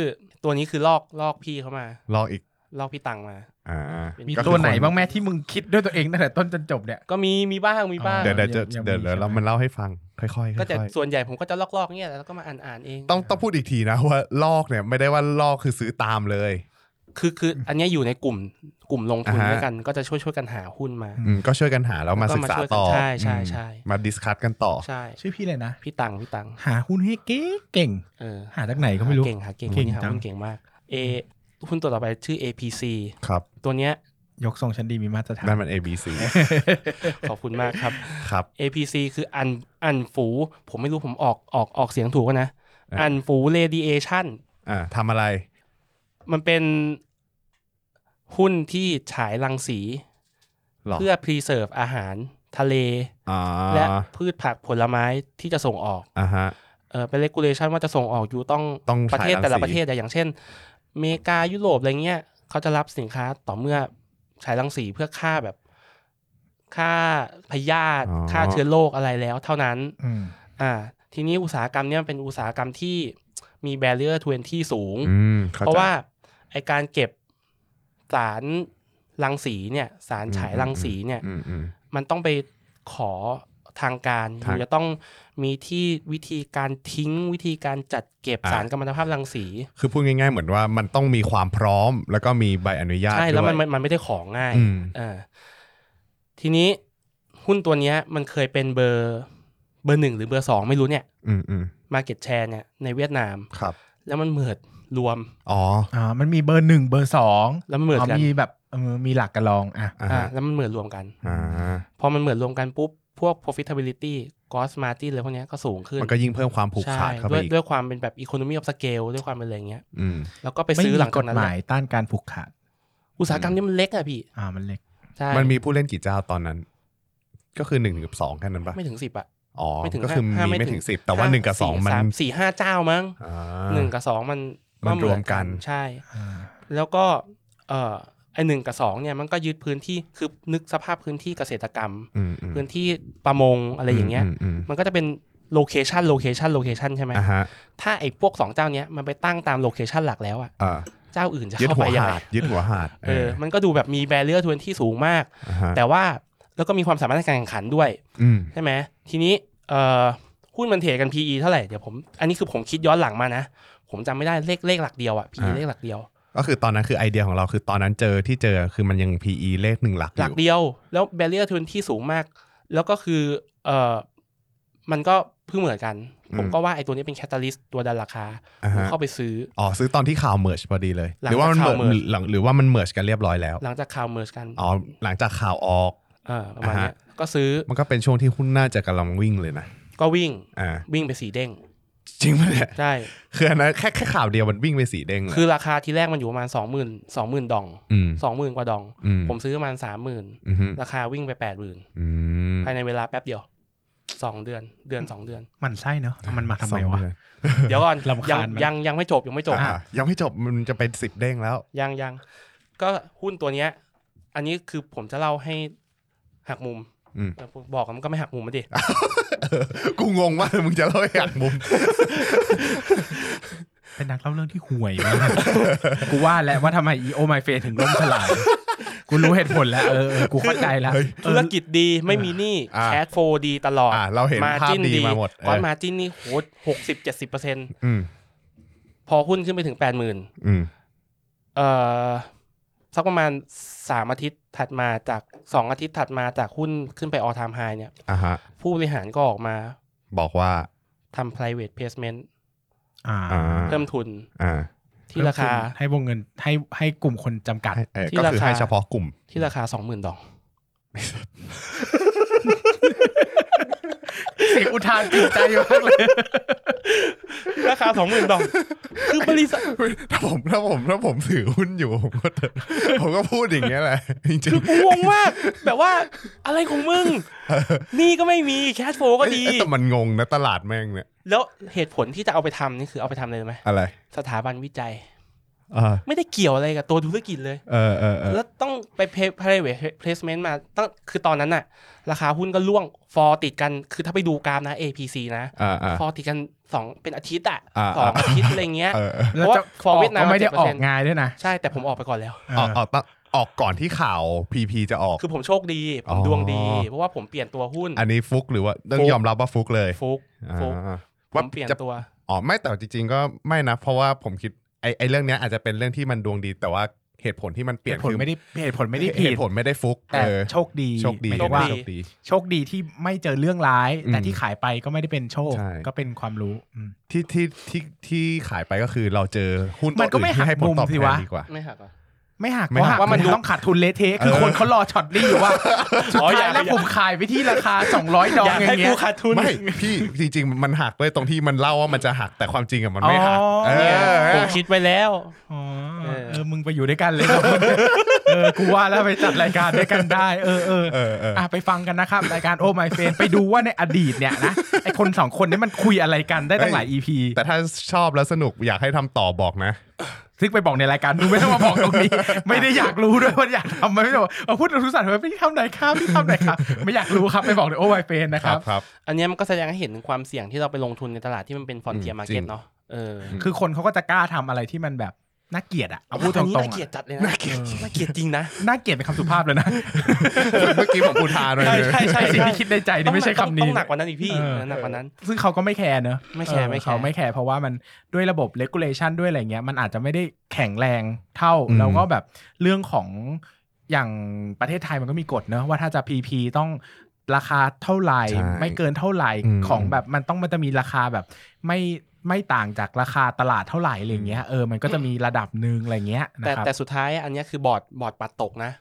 Speaker 3: ตัวนี้คือลอกลอกพี่เขามา
Speaker 2: ลอกอีก
Speaker 3: ลอกพี่ตังมา
Speaker 2: อ่า
Speaker 1: มี
Speaker 2: ก็คือ
Speaker 1: ตัวไหน
Speaker 2: ค
Speaker 1: บ้างแม่ที่มึงคิดด้วยตัวเองตั้งแต่ต้นจนจบเนี่ย
Speaker 3: ก็มีมีบ้างมีบ้าง
Speaker 2: เดี๋ยวเดี๋ยวจะ
Speaker 1: ยังมี
Speaker 2: เดี๋ยวเดี๋ยว
Speaker 1: ใช่ไหม
Speaker 2: เรามันเล่าให้ฟังค่อยๆค่อยๆ
Speaker 3: ก็แต่ส่วนใหญ่ผมก็จะลอกๆเนี่ยแล้วก็มาอ่านอ่านๆเอง
Speaker 2: ต้องต้องพูดอีกทีนะว่าลอกเนี่ยไม่ได้ว่าลอกคือซื้อตามเลย
Speaker 3: คือคืออันเนี้ยอยู่ในกลุ่มกลุ่มลงทุน
Speaker 2: อ่าฮะ
Speaker 3: ด้วยกันก็จะช่วยช่วยกันหาหุ้นมา
Speaker 2: อืมก็ช่วยกันหาแล้วมา
Speaker 3: ก็
Speaker 2: ศึก
Speaker 3: มา
Speaker 2: ษา
Speaker 3: ช่วยกัน
Speaker 2: ต่อ
Speaker 3: ใช่ใช่
Speaker 2: อืม
Speaker 3: ใช่
Speaker 2: มาดิสคัตกันต่อ
Speaker 3: ใช่
Speaker 1: ชื่อพี่เลยนะ
Speaker 3: พี่ตังพี่ตัง
Speaker 1: หาหุ้นให้เก่งเก่ง
Speaker 3: เออ
Speaker 1: หาจากไหนก็ไม่รู้
Speaker 3: หาเก่งหาเก่ง
Speaker 1: เก่ง
Speaker 3: คนนี้หา
Speaker 1: จัง
Speaker 3: หุ้นเก่งมากเอหุ้นตัวต่อไปชื่อ APC
Speaker 2: ครับ
Speaker 3: ตัวเนี้ย
Speaker 1: ยกทรงชั้นดีมีมาตรฐาน
Speaker 2: นั่นมัน A B C
Speaker 3: ขอบคุณมากครับ
Speaker 2: ครับ
Speaker 3: APC คืออันอันฟู ผมไม่รู้ผมออกออกออกเสียงถูกปะนะ
Speaker 2: อ่ะ
Speaker 3: อันฟูเรดิเอชัน
Speaker 2: อ่าทำอะไร
Speaker 3: มันเป็นหุ้นที่ฉายรังสี
Speaker 2: หรอ
Speaker 3: เพื่อ preserve อาหารทะเล
Speaker 2: อ่า
Speaker 3: และพืชผักผลไม้ที่จะส่งออก
Speaker 2: อ่าฮะ
Speaker 3: เออเป็น regulation ว่าจะส่งออกอยู่ต้อง
Speaker 2: ต้อง
Speaker 3: ประเทศ
Speaker 2: ขายรังสี
Speaker 3: แต่ละประเทศอะอย่างเช่นอเมริกายุโรปอะไรเงี้ยเขาจะรับสินค้าต่อเมื่อฉายรังสีเพื่อฆ่าแบบฆ่าพยาธิฆ่าเชื้อโรคอะไรแล้วเท่านั้น
Speaker 1: อืม
Speaker 3: อ่า ทีนี้อุตสาหกรรมเนี้ยมันเป็นอุตสาหกรรมที่มีแบเรียร์ทเวนที่สูง
Speaker 2: อืมข้ใจ
Speaker 3: เพราะว่าไอการเก็บสารรังสีเนี่ย สารฉายรังสีเนี่ย
Speaker 2: อืมอืม
Speaker 3: มันต้องไปขอทางการ
Speaker 2: ทาง
Speaker 3: อยู่จะต้องมีที่วิธีการทิ้งวิธีการจัดเก็บ
Speaker 2: อ่า
Speaker 3: สารกัมมันตภาพรังสี
Speaker 2: คือพูดง่ายๆ เหมือนว่ามันต้องมีความพร้อม แล้วก็มีใบอนุญาต
Speaker 3: ใช่ แล้วมัน
Speaker 2: ด้ย
Speaker 3: มันมันไม่ได้ของง่าย
Speaker 2: อืม
Speaker 3: เออทีนี้หุ้นตัวเนี้ยมันเคยเป็นเบอร์เบอร์หนึ่งหรือเบอร์สองไม่รู้เนี่ย
Speaker 2: อืมอืม
Speaker 3: มาเก็ตแชร์เนี่ยในเวียดนาม
Speaker 2: ครับ
Speaker 3: แล้วมันเหมือดรวม
Speaker 2: อ๋อ
Speaker 1: อ่ามันมีเบอร์หนึ่งเบอร์สอง
Speaker 3: แล้วมันเหมือด
Speaker 1: อ๋อ
Speaker 3: กัน
Speaker 1: มีแบบเออมีหลักกันรองอ่ะ
Speaker 2: อ่า
Speaker 3: อ่าแล้วมันเหมือดรวมกัน
Speaker 2: อ่า
Speaker 3: พอมันเหมือดรวมกันปุ๊บ พวก profitability gross margin อะไรพวกเนี้ยก็สูงขึ้น
Speaker 2: มันก็ยิ่งเพิ่มความผูก
Speaker 3: ใช่
Speaker 2: ขาดเข้าไป
Speaker 3: ด้วย
Speaker 2: อีก
Speaker 3: ด้วยความเป็นแบบ economy of scale ด้วยความเป็นอะไรอย่างเงี้ย
Speaker 2: อืม
Speaker 3: แล้วก็ไป
Speaker 1: ไม่
Speaker 3: ซื้อ
Speaker 1: มี
Speaker 3: หลัง
Speaker 1: ก
Speaker 3: จาก
Speaker 1: ฎ
Speaker 3: นั้น
Speaker 1: ห
Speaker 3: แห
Speaker 1: มา
Speaker 3: ละ
Speaker 1: ยต้านการผูกขาด
Speaker 3: อุตสาหกรรมนี้มันเล็กอะพี่
Speaker 1: อ่ามันเล็ก
Speaker 3: ใช่
Speaker 2: มันมีผู้เล่นกี่เจ้าตอนนั้น ก็คือหนึ่งกับสองแค่นั้นปะ
Speaker 3: ไม่ถึงสิบอะ
Speaker 2: อ๋อ
Speaker 3: ไม่ถึง
Speaker 2: ก็คือ
Speaker 3: ห้า
Speaker 2: มี
Speaker 3: ไม่
Speaker 2: ไม่
Speaker 3: ถึ
Speaker 2: ถึ
Speaker 3: ง
Speaker 2: งสิบแต่ว่าหนึ่งกับสองมัน
Speaker 3: ามสี่ห้าเจ้ามั้ง
Speaker 2: อ่า
Speaker 3: หนึ่งกับสองมัน
Speaker 2: มัน
Speaker 3: เหอ
Speaker 2: รวมกัน
Speaker 3: ใช่
Speaker 1: อ่า
Speaker 3: แล้วก็เอ่อไอหนึ่งกับสองเนี่ยมันก็ยึดพื้นที่คือนึกสภาพพื้นที่เกษตรกรรม
Speaker 2: อืมอืม
Speaker 3: พื้นที่ประมงอะไรอย่างเงี้ย
Speaker 2: มอืม
Speaker 3: มันก็จะเป็นโลเคชันโลเคชันโลเคชันใช่ไหม
Speaker 2: อ่าฮะ
Speaker 3: ถ้าไอ้พวกสองเจ้าเนี้ยมันไปตั้งตามโลเคชันหลักแล้วอะ
Speaker 2: อ่า
Speaker 3: เจ้าอื่นจะ
Speaker 2: ยึด
Speaker 3: เข้า
Speaker 2: หั
Speaker 3: ไป
Speaker 2: ว
Speaker 3: ยังไง
Speaker 2: หาดยึดหัวหาด
Speaker 3: เออมันก็ดูแบบมีแบเรียร์ทวนที่สูงมาก
Speaker 2: อ่าฮะ
Speaker 3: แต่ว่าแล้วก็มีความสามารถในการแข่งขันด้วย
Speaker 2: อืม
Speaker 3: ใช่ไหมทีนี้เอ่อหุ้นมันเทรดกัน PE เท่าไหร่เดี๋ยวผมอันนี้คือผมคิดย้อนหลังมานะ ผมจำไม่ได้เลขเลขหลักเดียวอะ PE เลขหลักเดียว
Speaker 2: ก็คือตอนนั้นคือไอเดียของเราคือตอนนั้นเจอที่เจอคือมันยัง PE เลขหนึ่งหลักอ
Speaker 3: หลัก
Speaker 2: ยู่
Speaker 3: เดียวแล้วแบเรียร์ทวนที่สูงมาก แล้วก็คือเอ่อมันก็เพิ่งเหมือนกัน ผมก็ว่าไอ้ตัวนี้เป็นแคตตาลิสต์ตัวดันราคา
Speaker 2: อ่า
Speaker 3: ผม
Speaker 2: ฮะ
Speaker 3: เข้าไปซื้อ
Speaker 2: อ๋อซื้อตอนที่ข่าวเมิร์ชพอดีเลย
Speaker 3: หลั
Speaker 2: ห
Speaker 3: ง
Speaker 2: รือว่ามัน
Speaker 3: จากข่าว
Speaker 2: เมิร์
Speaker 3: merge
Speaker 2: หลังหรือว่ามันเมิร์ชกันเรียบร้อยแล้ว
Speaker 3: หลังจากข่าวเมิร์กัน
Speaker 2: อ๋อหลังจากข่าวออก
Speaker 3: เออประมาณเนี้ยก็ซื้อ
Speaker 2: มันก็เป็นช่วงที่หุ้นน่าจะกำลังวิ่งเลยนะ
Speaker 3: ก็วิ่ง
Speaker 2: อ่า
Speaker 3: วิ่งไปสีเด้ง
Speaker 2: จริงปะเนี่ย
Speaker 3: ใช่
Speaker 2: คืออันนั้นแค่แค่ข่าวเดียวมันวิ่งไปสีเด้งเลย
Speaker 3: คือราคาที่แรกมันอยู่ประมาณสองหมื่นสองหมื่นดอง
Speaker 2: อืม
Speaker 3: สองหมื่นกว่าดอง
Speaker 2: อืม
Speaker 3: ผมซื้อประมาณสามหมื่น
Speaker 2: อืมฮึ
Speaker 3: ราคาวิ่งไปแปดหมื่น
Speaker 2: อืม
Speaker 3: ภายในเวลาแป๊บเดียวสองเดือนเดือนสองเดือน
Speaker 1: มันไส้เนอะมันมาทำไมวะ
Speaker 3: เดี๋ยวก่อน
Speaker 1: รำคาญ
Speaker 3: ยั
Speaker 1: ไหม
Speaker 3: ยังยังไม่จบยังไม่จบ
Speaker 2: อ่ะยังไม่จบมันจะเป็นสิบเด้งแล้ว
Speaker 3: ยังยังก็หุ้นตัวเนี้ย อันนี้คือผมจะเล่าให้หักมุม
Speaker 2: อืม
Speaker 3: แต่ผมบอกมันก็ไม่หักมุมมาดิ
Speaker 2: กูงงมากเลยมึงจะเล่าให้หักมุม
Speaker 1: เป็นนักเล่าเรื่องที่ห่วยมาก กูว่าแล้วว่าทำไมอีโอไมเฟถึงล่มสลาย กูรู้เหตุผลแล้วเออเออกูเข้าใจแล้ว
Speaker 2: เฮ้ย
Speaker 1: เอ
Speaker 3: ธุ
Speaker 1: อ
Speaker 3: รกิจดีไม่มีหนี้
Speaker 2: อ่ะ
Speaker 3: แคชโฟดีตลอด
Speaker 2: อ่าเราเห็นภาพดีมาหมด
Speaker 3: ก้อน
Speaker 2: เออ
Speaker 3: มาจินนี่โหหกสิบเจ็ดสิบเปอร์เซ็นต์
Speaker 2: อืม
Speaker 3: พอหุ้นขึ้นไปถึงแปดหมื่น
Speaker 2: อืม
Speaker 3: เอ่อสักประมาณสามอาทิตย์ถัดมาจากสองอาทิตย์ถัดมาจากหุ้นขึ้นไปออทามไฮเนี่ย
Speaker 2: อ่าฮะ
Speaker 3: ผู้บริหารก็ออกมา
Speaker 2: บอกว่า
Speaker 3: ทำ private placement
Speaker 1: อ่า
Speaker 2: อ่า
Speaker 3: เพิ่มทุน
Speaker 2: อ่า
Speaker 3: ที่ราคา
Speaker 1: ให้วงเงินให้ให้กลุ่มคนจำกัด
Speaker 2: ให้เออ
Speaker 3: ที่
Speaker 2: ก็
Speaker 3: รา
Speaker 2: คือ
Speaker 3: คา
Speaker 2: ให้เฉพาะกลุ่ม
Speaker 3: ที่ราคาสองหมื่นดอง
Speaker 1: เสียงอุทานตื่นใจมากเลย
Speaker 3: ราคาสองหมื่นดองคือบริษัท
Speaker 2: ถ้าผมถ้าผมถ้าผมถือหุ้นอยู่ ผมก็ ผมก็พูดอย่างเงี้ยแหละจริง
Speaker 3: คือกูงงมาก แบบว่าอะไรของมึง นี่ก็ไม่มีแคชโฟ
Speaker 2: ๆ
Speaker 3: ก็ดี
Speaker 2: เอ้ยแต่มันงงนะตลาดแม่งเนี่ย
Speaker 3: แล้วเหตุผลที่จะเอาไปทำนี่คือเอาไปทำอะไรรู้ไหม
Speaker 2: อะไร
Speaker 3: สถาบันวิจัย
Speaker 2: อ่า
Speaker 3: ไม่ได้เกี่ยวอะไรกับตัวธุรกิจเลย
Speaker 2: เออเออเออ
Speaker 3: แล้วต้องไป private placement มาตั้งคือตอนนั้นน่ะ ราคาหุ้นก็ล่วงฟอติดกันคือถ้าไปดูกราฟนะ APC นะ
Speaker 2: อ่าอ่า
Speaker 3: ฟอติดกันสองเป็นอาทิตย์อะ
Speaker 2: อ่า
Speaker 3: สองอาทิตย์อะไรเงี้ย
Speaker 2: เออเออ
Speaker 1: แล้วจะ
Speaker 3: เพราะ
Speaker 1: ออ
Speaker 3: ว่า for
Speaker 1: ก
Speaker 3: Vietnam
Speaker 1: ก็ไม่ได้ออก
Speaker 3: 7%
Speaker 1: งานด้วยนะ
Speaker 3: ใช่แต่ผมออกไปก่อนแล้ว
Speaker 2: ออกออกต้องออกก่อนที่ข่าวพีพีจะออก
Speaker 3: คือผมโชคดี ผ
Speaker 2: อ๋อ
Speaker 3: มดวงดี เพราะว่าผมเปลี่ยนตัวหุ้น
Speaker 2: อันนี้ฟุกหรือว่าต้องยอมรับว่าฟุกเลย
Speaker 3: ฟุกฟุก
Speaker 2: อ่า
Speaker 3: ผ
Speaker 2: ว่าม
Speaker 3: เปลี่ยน
Speaker 2: จะ
Speaker 3: ตัว
Speaker 2: อ๋อไม่แต่จริงๆก็ไม่นะ เพราะว่าผมคิดไอ้ไอ้เรื่องเนี้ยอาจจะเป็นเรื่องที่มันดวงดีแต่ว่าเหตุผลที่มันเป
Speaker 1: เห
Speaker 2: ลี่ยน
Speaker 1: ตุผล
Speaker 2: คือ
Speaker 1: ไม่ได้เหตุผลไม่ได้
Speaker 2: เห
Speaker 1: ผิด
Speaker 2: ตุผลไม่ได้ฟุก
Speaker 1: แต่
Speaker 2: เออ
Speaker 1: โชคดี
Speaker 2: โชคดี
Speaker 1: หมายถึ
Speaker 3: โชค
Speaker 1: ง
Speaker 3: ดี
Speaker 1: ว่า
Speaker 2: โชคดี
Speaker 1: โชคดีที่ไม่เจอเรื่องร้าย
Speaker 2: อืม
Speaker 1: แต่ที่ขายไปก็ไม่ได้เป็นโชค
Speaker 2: ใช่
Speaker 1: ก็เป็นความรู้อืม
Speaker 2: ที่ที่ที่ที่ขายไปก็คือเราเจอหุ้น
Speaker 1: มันก็
Speaker 2: ตัว
Speaker 1: ไม่
Speaker 2: อื่
Speaker 1: หั
Speaker 2: ที่
Speaker 1: ก
Speaker 2: ให้ผลตอบ
Speaker 1: มุมสิ
Speaker 2: แทน
Speaker 1: วะ
Speaker 2: ดีกว่า
Speaker 3: ไม่หักเหรอ
Speaker 1: ไม่หัก
Speaker 2: ไม่
Speaker 1: เพราะหั
Speaker 2: หัก
Speaker 1: กว่ามัน
Speaker 2: ไม่หัก
Speaker 1: ต้องขาดทุนเละเทะคือคนเขารอช็อตนี้อยู่ว่าสุด
Speaker 3: อ๋อ
Speaker 1: ท้าย
Speaker 3: อาย ก
Speaker 1: แล้ว
Speaker 3: อยาก
Speaker 1: ผมขายไปที่ราคา 200 ดอง
Speaker 3: อยาก
Speaker 1: อ
Speaker 3: ให้
Speaker 1: ย่างเงี้
Speaker 3: กู
Speaker 1: ย
Speaker 3: ขาดทุน
Speaker 2: ไม่ พี่จริง ๆ มันหักด้วยตรงที่มันเล่าว่ามันจะหักแต่ความจริงอะมันไม่หัก
Speaker 1: อ๋อ
Speaker 2: เอ
Speaker 3: เนี่ย
Speaker 2: อ
Speaker 3: ผมคิดไว้แล้ว
Speaker 1: อ๋อ
Speaker 3: เออ
Speaker 1: เออมึงไปอยู่ด้วยกันเลยครับ เออกูว่าแล้วไปจัดรายการด้วยกันได้ เออเออ
Speaker 2: เออเออ
Speaker 1: อ่ะไปฟังกันนะครับ รายการโอ้ไมเฟนไปดูว่าในอดีตเนี่ยนะไอคนสองคนเนี้มันคุยอะไรกันได้ตั้งหลาย EP
Speaker 2: แต่ถ้าชอบแล้วสนุกอยากให้ทำต่อบอกนะ
Speaker 1: ซึ่งไปบอกในรายการดูไม่ต้องมาบอกตรงนี้ ไม่ได้อยากรู้ด้วยว่าอยากทำไหมไม่ได้บอกเอาพูดกับทุกสัตว์ว่าพี่ทำไหนครับพี่ทำไหนครับ ไม่อยากรู้ครับไปบอกในโอ้ไมเฟนนะครับ
Speaker 2: ครับ
Speaker 3: อันเนี้ยมันก็แสดงให้เห็นถึงความเสี่ยงที่เราไปลงทุนในตลาดที่มันเป็นฟอนเทีย
Speaker 2: อืม
Speaker 3: มาร์
Speaker 2: จริ
Speaker 3: เก็ต
Speaker 2: ง
Speaker 3: เนาะเออ
Speaker 1: คือคนเขาก็จะกล้าทำอะไรที่มันแบบน่าเกลียดอะเอาพูดต
Speaker 3: อั
Speaker 1: ร
Speaker 3: น
Speaker 1: งๆ
Speaker 3: นี้น่าเกลียด
Speaker 1: อะ
Speaker 3: จัดเลยนะน่าเกลียดน่าเกลียดจริงนะ
Speaker 1: น่าเกลียดเป็นคำสุภาพเลยนะ
Speaker 2: เมื่อกี้ผมพูดทานเลย
Speaker 3: ใช่ใช่ใช่
Speaker 1: สิ่งที่คิดในใจนี่ไม่ใช่คำ
Speaker 3: ต้
Speaker 1: นี้
Speaker 3: องหนักกว่านั้นอีกพี่
Speaker 1: เออ
Speaker 3: เออหนักกว่านั้น
Speaker 1: ซึ่งเขาก็ไม่แคร์เนอะ
Speaker 3: ไม่แคร์
Speaker 1: เออ
Speaker 3: ไม่แคร์
Speaker 1: เขาไม่แคร์เพราะว่ามันด้วยระบบ regulation ด้วยอะไรเงี้ย มันอาจจะไม่ได้แข็งแรงเท่า
Speaker 2: อืม
Speaker 1: แล้วก็แบบเรื่องของอย่างประเทศไทยมันก็มีกฎเนอะว่าถ้าจะ PP ต้องราคาเท่าไหร่
Speaker 2: ใช่
Speaker 1: ไม่เกินเท่าไหร่
Speaker 2: อืม
Speaker 1: ของแบบมันต้องมันจะมีราคาแบบไม่ไม่ต่างจากราคาตลาดเท่าไหร่อะไรเงี้ยเออมันก็จะมีระดับหนึ่งอะไรเงี้ยนะ
Speaker 3: แต่
Speaker 1: ครับ
Speaker 3: แต่สุดท้ายอันเนี้ยคือบอร์ดบอร์ดปัดตกนะ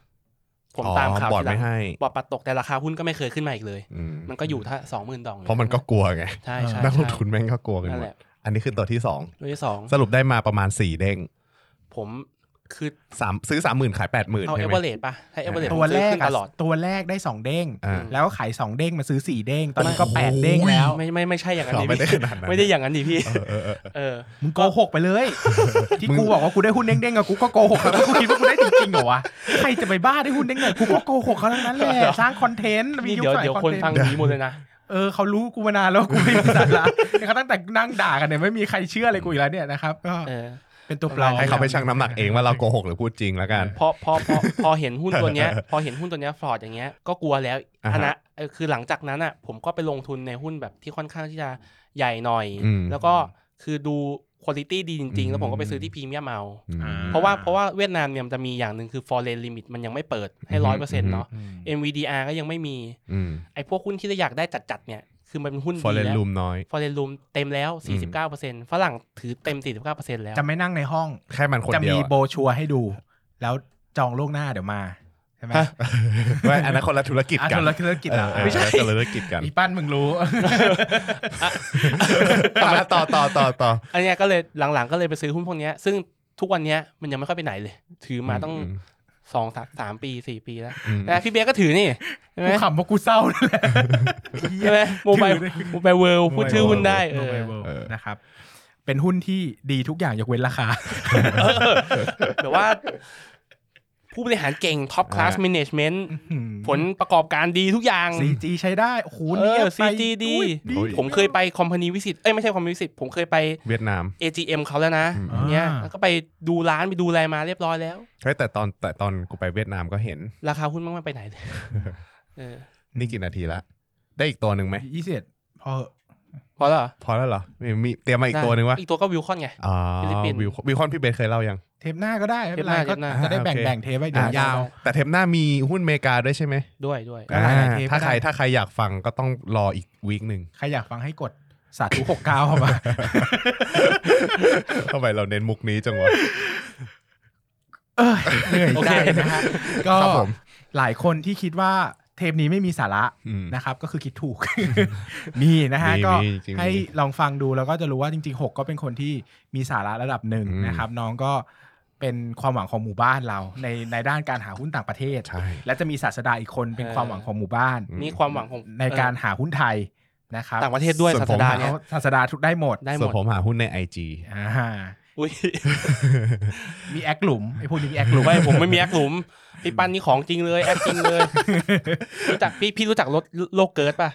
Speaker 3: ผมตามข่าว
Speaker 2: อ๋อบอร์ด
Speaker 3: ทีหลัง
Speaker 2: ไม่ให้
Speaker 3: บอร์ดปัดตกแต่ราคาหุ้นก็ไม่เคยขึ้นมาอีกเลย
Speaker 2: อื
Speaker 3: มันก็อยู่ถ้าสองหมื่นดองอยู่
Speaker 2: เพราะมันก็กลัวไง
Speaker 3: ใช่ใช่
Speaker 2: นักลง
Speaker 3: ใช่
Speaker 2: ทุนแม่งก็กลัวกันหม
Speaker 3: นั่น
Speaker 2: ด
Speaker 3: แหละ
Speaker 2: อันนี้คือตัวที่สอง
Speaker 3: ตัวที่สอง
Speaker 2: สรุปได้มาประมาณ 4 เด้ง
Speaker 3: ผม คือ
Speaker 2: สามซื้อสามหมื่นขายแปดหมื่น
Speaker 3: เอา
Speaker 2: ใช่
Speaker 3: เอ
Speaker 2: ไห
Speaker 3: เว
Speaker 2: ม
Speaker 3: อเรสป่ะให้เอเวอเรส
Speaker 2: ผม
Speaker 1: ตัวแรก
Speaker 3: ตลอด
Speaker 1: ตัวแรกได้สองเด้ง
Speaker 2: อ่า
Speaker 1: แล้วก็ขายสองเด้งมาซื้อสี่เด้ง ตอนนี้ก็
Speaker 2: ไม่
Speaker 1: แปดเด้งแล้ว
Speaker 3: ไม่ไม่ไม่ใช่อย่างนั้น
Speaker 2: เรา
Speaker 3: ดิ
Speaker 2: ไม่ได้
Speaker 3: พี่
Speaker 2: ขนาดนั้น
Speaker 3: ไม่ได้อย่างนั้นดิพี่
Speaker 2: เออเออเออ
Speaker 3: เออ
Speaker 1: มึงโกหกไปเลย ที่กูบอกว่ากูได้หุ้นเด้งๆอะกูก็โกหกแล้วกูคิดว่ากูได้จริงๆเหรอวะใครจะไปบ้าได้หุ้นเด้งๆกูก็โกหกเขาทั้งนั้นแหละ
Speaker 3: เหรอ
Speaker 1: สร้างคอนเทนต์มี
Speaker 3: นี่
Speaker 1: ยุค
Speaker 3: เดี๋ย
Speaker 1: สมัย
Speaker 3: วเดี๋ยว
Speaker 1: คอน
Speaker 3: คน
Speaker 1: เทน
Speaker 3: ฟัง
Speaker 1: ต์
Speaker 3: หนีหมดเลยนะ
Speaker 1: เออเขารู้กูมานานแล้ววากูไม่มีสาระเนี่ยเขาตั้งแต่นั่งด่ากันเนี่ยไม่มีใครเชื่ออะไรกูอีกแล้วเนี่ยนะครับก็
Speaker 3: เออ
Speaker 1: เป็นตัวปลอม
Speaker 2: ให้เขาไปชั่งน้ำหนักเองว่าเราโกหกหรือพูดจริงแล้วกัน
Speaker 3: พอพอพอพอเห็น หุ้นตัวเนี้ย พอเห็นหุ้นตัวเนี้ยฟอร์ดอย่างเงี้ยก็กลัวแล้ว
Speaker 2: อ่าฮะ
Speaker 3: อันนะเออคือหลังจากนั้นอ่ะ ผมก็ไปลงทุนในหุ้นแบบที่ค่อนข้างที่จะใหญ่หน่อย
Speaker 2: อืม
Speaker 3: แล้วก็คือดูคุณภาพดีจริง
Speaker 2: อืม
Speaker 3: ๆ แล้วผมก็ไปซื้อที่พรีเมียมเอา
Speaker 2: อืม
Speaker 3: เพราะว่าเพราะว่าเวียดนามเนี่ยมันจะมีอย่างหนึ่งคือ foreign limit มันยังไม่เปิดให้
Speaker 2: อืม
Speaker 3: ร้อยเปอร์เซ็นต์เนาะ
Speaker 2: อืม
Speaker 3: MVDR ก็ยังไม่มี
Speaker 2: อืม
Speaker 3: ไอ้พวกหุ้นที่เราอยากได้จัดๆเนี่ยคือมันเป็นหุ้น
Speaker 2: ฟอร์เร
Speaker 3: ดี
Speaker 2: น
Speaker 3: แล้ว
Speaker 2: ลูมน้อย
Speaker 3: foreign room เต็มแล้ว 49%ฝรั่งถือเต็ม 49%แล้ว
Speaker 1: จะไม่นั่งในห้อง
Speaker 2: แค่มันคน
Speaker 1: จะ
Speaker 2: เดีย
Speaker 1: มี
Speaker 2: ว
Speaker 1: โบรชัวร์ให้ดู แล้วจองล่วงหน้าเดี๋ยวมาใช่ไหม
Speaker 3: ฮะ
Speaker 2: ไม่อันนั้นคนละธุรกิจ
Speaker 1: อ่ะ
Speaker 2: กั
Speaker 1: ธุ
Speaker 2: น
Speaker 1: รกิจธุรกิจเหรอ
Speaker 2: เออ
Speaker 1: ไม่ใช่
Speaker 2: คนละธุรกิจ กัน
Speaker 1: อีปั้นมึงรู้
Speaker 2: อ่ะต่อต่อต่อต่อ
Speaker 3: อันเนี้ยก็เลยหลังๆก็เลยไปซื้อหุ้นพวกเนี้ยซึ่งทุกวันเนี้ยมันยังไม่ค่อยไปไหนเลย ถือมาต้องสองสามสามปีสี่ปีแล้ว
Speaker 2: อืม
Speaker 3: นะพี่เบียร์ก็ถือนี่ใช่ไหม
Speaker 1: กูขำเพราะกูเศร้านั่นแหละ
Speaker 3: ใช่ไหมโมบาย
Speaker 1: ถือได้
Speaker 3: โมบายเวิลพูดชื่อหุ้นได้เอ
Speaker 1: โม
Speaker 3: อ
Speaker 1: ไบายเวิลด์นะครับ เป็นหุ้นที่ดีทุกอย่างยกเว้นราคา
Speaker 3: แบบว่า ผู้บริหารเก่งท็อปคลาส
Speaker 2: อ่า
Speaker 3: แมネจเมนต์ผลประกอบการดีทุกอย่าง
Speaker 1: CG ใช้ได้โอ้โห
Speaker 3: เอ
Speaker 1: เนี่ย
Speaker 3: อ
Speaker 1: ไป
Speaker 3: ซีจีดี
Speaker 1: อุ้ย
Speaker 3: ผมเคยไปคอมพานีวิสิตเอ้ยไม่ใช่คอมพานีวิสิตผมเคยไป
Speaker 2: เวียดนาม
Speaker 3: AGM เขาแล้วนะ
Speaker 2: อืม
Speaker 3: เนี่ยแล้วก็ไปดูร้านไปดูอะไรมาเรียบร้อยแล้ว
Speaker 2: ใช่แต่ตอนแต่ตอนกูไปเวียดนามก็เห็น
Speaker 3: ราคาหุ้นมันไม่ไปไหนเลยเออ
Speaker 2: นี่กี่นาทีละ ได้อีกตัวหนึ่งไหม
Speaker 1: ยี่สิบเอ็ดพอเหอะ
Speaker 3: พอแล้วเหรอ
Speaker 2: พอแล้วเหรอมีมีเตรียมมาอีกตัวหนึ่งวะ
Speaker 3: อีกตัวก็วิวคอนไง
Speaker 2: อ๋อ
Speaker 3: ฟิลิปปินส์
Speaker 2: วิววิวคอนพี่เบสเคยเล่ายัง
Speaker 1: เทปหน้าก็ได้ไม่เป็นไร
Speaker 3: เทปหน้า
Speaker 1: ก็
Speaker 3: เทปหน้า
Speaker 1: จะได้แบ่ง
Speaker 2: อ่าโอเค
Speaker 1: แบ่งเทปไว้เดี๋ยวยาว
Speaker 2: แต่เทปหน้ามีหุ้นอเมริกาด้วยใช่ไหม
Speaker 3: ด้วยด้วย
Speaker 1: ก็หลายๆเทป
Speaker 2: ถ้าใคร
Speaker 1: ได้
Speaker 2: ถ้าใครอยากฟังก็ต้องรออีกวีคห นึ่ง
Speaker 1: ใครอยากฟังให้กดสาธุหกเก้าเข้ามา
Speaker 2: ทำไมเราเน้นมุกนี้จังวะ
Speaker 1: เอ้ยเหนื่อย
Speaker 3: โอ
Speaker 1: ใจ
Speaker 3: เค
Speaker 1: นะฮะก็
Speaker 2: ครับผม
Speaker 1: หลายคนที่คิดว่าเทปนี้ไม่มีสาระ
Speaker 2: อืม
Speaker 1: นะครับ ก็คือคิดถูก มีนะฮะ
Speaker 2: มี
Speaker 1: ก็
Speaker 2: มีจริงๆ
Speaker 1: ให้
Speaker 2: มี
Speaker 1: ลองฟังดูแล้วก็จะรู้ว่าจริง ๆ 6 ก็เป็นคนที่มีสาระระดับหนึ่ง
Speaker 2: อืม
Speaker 1: นะครับ น้องก็เป็นความหวังของหมู่บ้านเรา ในในด้านการหาหุ้นต่างประเทศ
Speaker 2: ใช่
Speaker 1: และจะมีศาสดาอีกคนเป็น
Speaker 3: เออ
Speaker 1: ความหวังของหมู่บ้าน
Speaker 2: อืม
Speaker 3: นี่ความหวังของ
Speaker 1: ในกา
Speaker 3: เห
Speaker 1: ราหุ้นไทยนะครับ
Speaker 3: ต่างประเทศด้วย
Speaker 2: ส่วน
Speaker 3: สั
Speaker 2: ผ
Speaker 3: ป
Speaker 2: ม
Speaker 3: ดา
Speaker 1: หา
Speaker 3: ห์เนี้ย
Speaker 1: ศาสดาทุกได้หมด
Speaker 3: ได้ห
Speaker 2: ส่ว
Speaker 3: ม
Speaker 2: น
Speaker 3: ด
Speaker 2: ผมหาหุ้นใน IG
Speaker 1: อ่า
Speaker 3: อุ้ย
Speaker 1: มีแอคหลุมไอ้พวกนี้มีแอคหลุม
Speaker 3: ไม่ผมไม่มีแอคหลุมพี่ปันนี่ของจริงเลยแอคจริงเลยรู้จักพี่พี่รู้จักรถโลกเกิร์ดป่ะ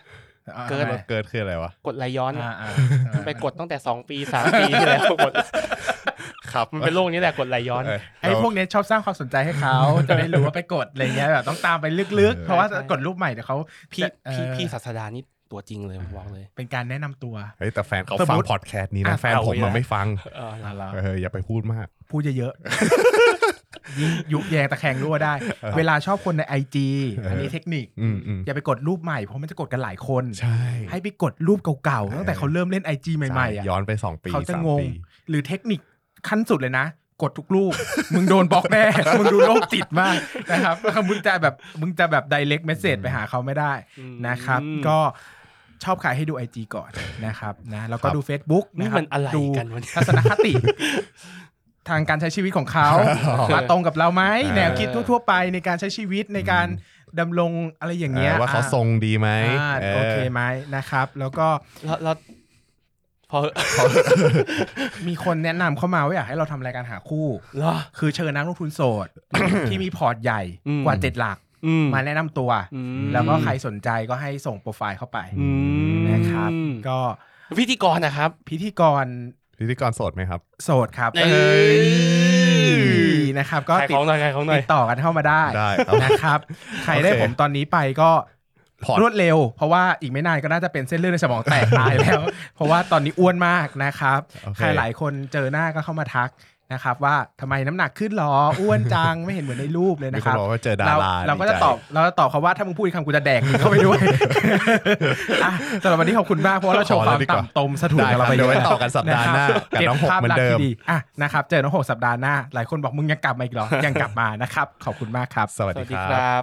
Speaker 3: เกิด
Speaker 2: เกิดคืออะไรวะ
Speaker 3: กดไหลย้อนอะ
Speaker 1: อ่าอ่า
Speaker 3: มันไปกดตั้งแต่สองปีสามปีที่แล้ว กด
Speaker 2: ครับ
Speaker 3: มันเป็นโรคนี้แหละกดไหลย้อน
Speaker 2: เย
Speaker 1: ไอ้พวกเนี้ยชอบสร้างความสนใจให้เขา จะได้รู้ว่าไปกดอะไรเงี้ยแบบต้องตามไปลึก
Speaker 2: เอ
Speaker 1: ๆ
Speaker 2: อ
Speaker 1: เพราะว่า
Speaker 3: ใช่
Speaker 1: กดรูปใหม่เดี๋ยวเขา
Speaker 3: พี่
Speaker 1: เอ่อ
Speaker 3: พี่พี่ศาสดานี่ตัวจริงเลยผมบอกเลย
Speaker 1: เป็นการแนะนำตัว
Speaker 2: เฮ้ยแต่แฟนเขา
Speaker 1: สม
Speaker 2: ฟัง
Speaker 1: มุติ
Speaker 2: พอดแคสต์นี้นะ
Speaker 3: อ่ะ
Speaker 2: แฟนผมมัน
Speaker 3: เอาอีกแล้ว
Speaker 2: ไม่ฟัง
Speaker 3: เออ
Speaker 1: เอาละ
Speaker 2: เอออย่าไปพูดมาก
Speaker 1: พูดเยอะๆ ยิ่งยุแยงตะแคงรั่วได้ เวลาชอบคนในไอจีอันนี้เทคนิค
Speaker 2: อืมอืม
Speaker 1: อย่าไปกดรูปใหม่เพราะมันจะกดกันหลายคน
Speaker 2: ใช่
Speaker 1: ให้ไปกดรูปเก่าๆ ตั้งแต่เขาเริ่มเล่นไอจีใหม่ๆ
Speaker 2: ช่
Speaker 1: อ่ะ
Speaker 2: ย้อนไปสองปี
Speaker 1: เขาจะ
Speaker 2: สม
Speaker 1: งง
Speaker 2: ปี
Speaker 1: หรือเทคนิคขั้นสุดเลยนะ กดทุกรูป มึงโดนบล็อกแน่ มึงดูโรคจิตมากนะครับ มึงจะแบบมึงจะแบบ direct message ไปหาเขาไม่ได้นะครับ
Speaker 3: อืม
Speaker 1: ก็ชอบขายให้ดู IG ก่อนนะครับนะแล้วก็ดู Facebook
Speaker 3: นี่
Speaker 1: นะครับ
Speaker 3: มันอะไร
Speaker 1: ดู
Speaker 3: กันวะเนี่ย
Speaker 1: ทัศนคติ ทางการใช้ชีวิตของเขา มาตรงกับเราไหม
Speaker 2: เออ
Speaker 1: แนวคิดทั่วๆไปในการใช้ชีวิตในการดำรงอะไรอย่างเงี้ย
Speaker 2: เออว่าเขาทรงดีไหม
Speaker 1: อ่า
Speaker 2: เออ
Speaker 1: โอเคไหมนะครับ แล้วก็
Speaker 3: แล้วแล้วพอเหอะ
Speaker 1: มีคนแนะนำเข้ามาว่าอยากให้เราทำรายการหาคู่
Speaker 3: เหรอ
Speaker 1: คือเชิญนักลงทุนโสด ที่มีพอร์ตใหญ่
Speaker 3: อืม
Speaker 1: กว่าเจ็ดหลัก
Speaker 3: อืม
Speaker 1: มาแนะนำตัว
Speaker 3: อืม
Speaker 1: แล้วก็ใครสนใจก็ให้ส่งโปรไฟล์เข้าไป
Speaker 3: อืม
Speaker 1: นะครับ ก็
Speaker 3: พิธีกรนะครับ
Speaker 1: พิธีกร
Speaker 2: พิธีกรโสดไหมครับ
Speaker 1: โสดครับ
Speaker 3: เอ้ย
Speaker 1: นะครับ ก็
Speaker 3: ขาย
Speaker 1: ติ
Speaker 3: ข
Speaker 1: ด
Speaker 3: องหน่อยขายของหน่อ
Speaker 1: ติ
Speaker 3: ย
Speaker 1: ดต่อกันเข้ามาได้
Speaker 2: ได้ครับ
Speaker 1: นะครับ ใครได้
Speaker 2: โอเค
Speaker 1: ผมตอนนี้ไปก็
Speaker 2: พอร์ต
Speaker 1: รวดเร็ว เพราะว่าอีกไม่นานก็น่าจะเป็นเส้นเลือดในสมองแตกตายแล้ว เพราะว่าตอนนี้อ้วนมากนะครับ
Speaker 2: โอเ
Speaker 1: ใครหลายคนเจอหน้าก็เข้ามาทักนะครับ ว่าทำไมน้ำหนักขึ้นหรออ้วนจังไม่เห็นเหมือนในรูปเลย
Speaker 2: มี
Speaker 1: นะ
Speaker 2: ค
Speaker 1: คนรับ
Speaker 2: บอกว่าเจอดา
Speaker 1: เรา
Speaker 2: รา
Speaker 1: เราก็จะ
Speaker 2: ดี
Speaker 1: ตอบเราจะตอบเขาว่าถ้ามึงพูดอีกคำกูจะแดก มึงเข้าไปด้วย อ่ะสำหรับวันนี้ขอบคุณมากเพราะว่าเราโชว์ความต่ำตมสถูนข
Speaker 2: ได้
Speaker 1: อง
Speaker 2: ค
Speaker 1: เรา
Speaker 2: รับ
Speaker 1: ไป
Speaker 2: เดี๋ยวไว้
Speaker 1: เยะ
Speaker 2: ต่อกันสัปดาห์หน้า
Speaker 1: ะค
Speaker 2: กับ
Speaker 1: รั
Speaker 2: น้องหก
Speaker 1: ภาพ
Speaker 2: เหมือน
Speaker 1: ลัษ
Speaker 2: เดิ
Speaker 1: ณ์
Speaker 2: ม
Speaker 1: ที่อ่ะนะครับ เจอน้องหกสัปดาห์หน้า หลายคนบอกมึงยังกลับมาอีกเหรอ ยังกลับมานะครับ ขอบคุณมากครับ
Speaker 2: สวัส
Speaker 3: ส
Speaker 2: ดี
Speaker 3: วัสดี
Speaker 2: ค
Speaker 3: ครับ รับ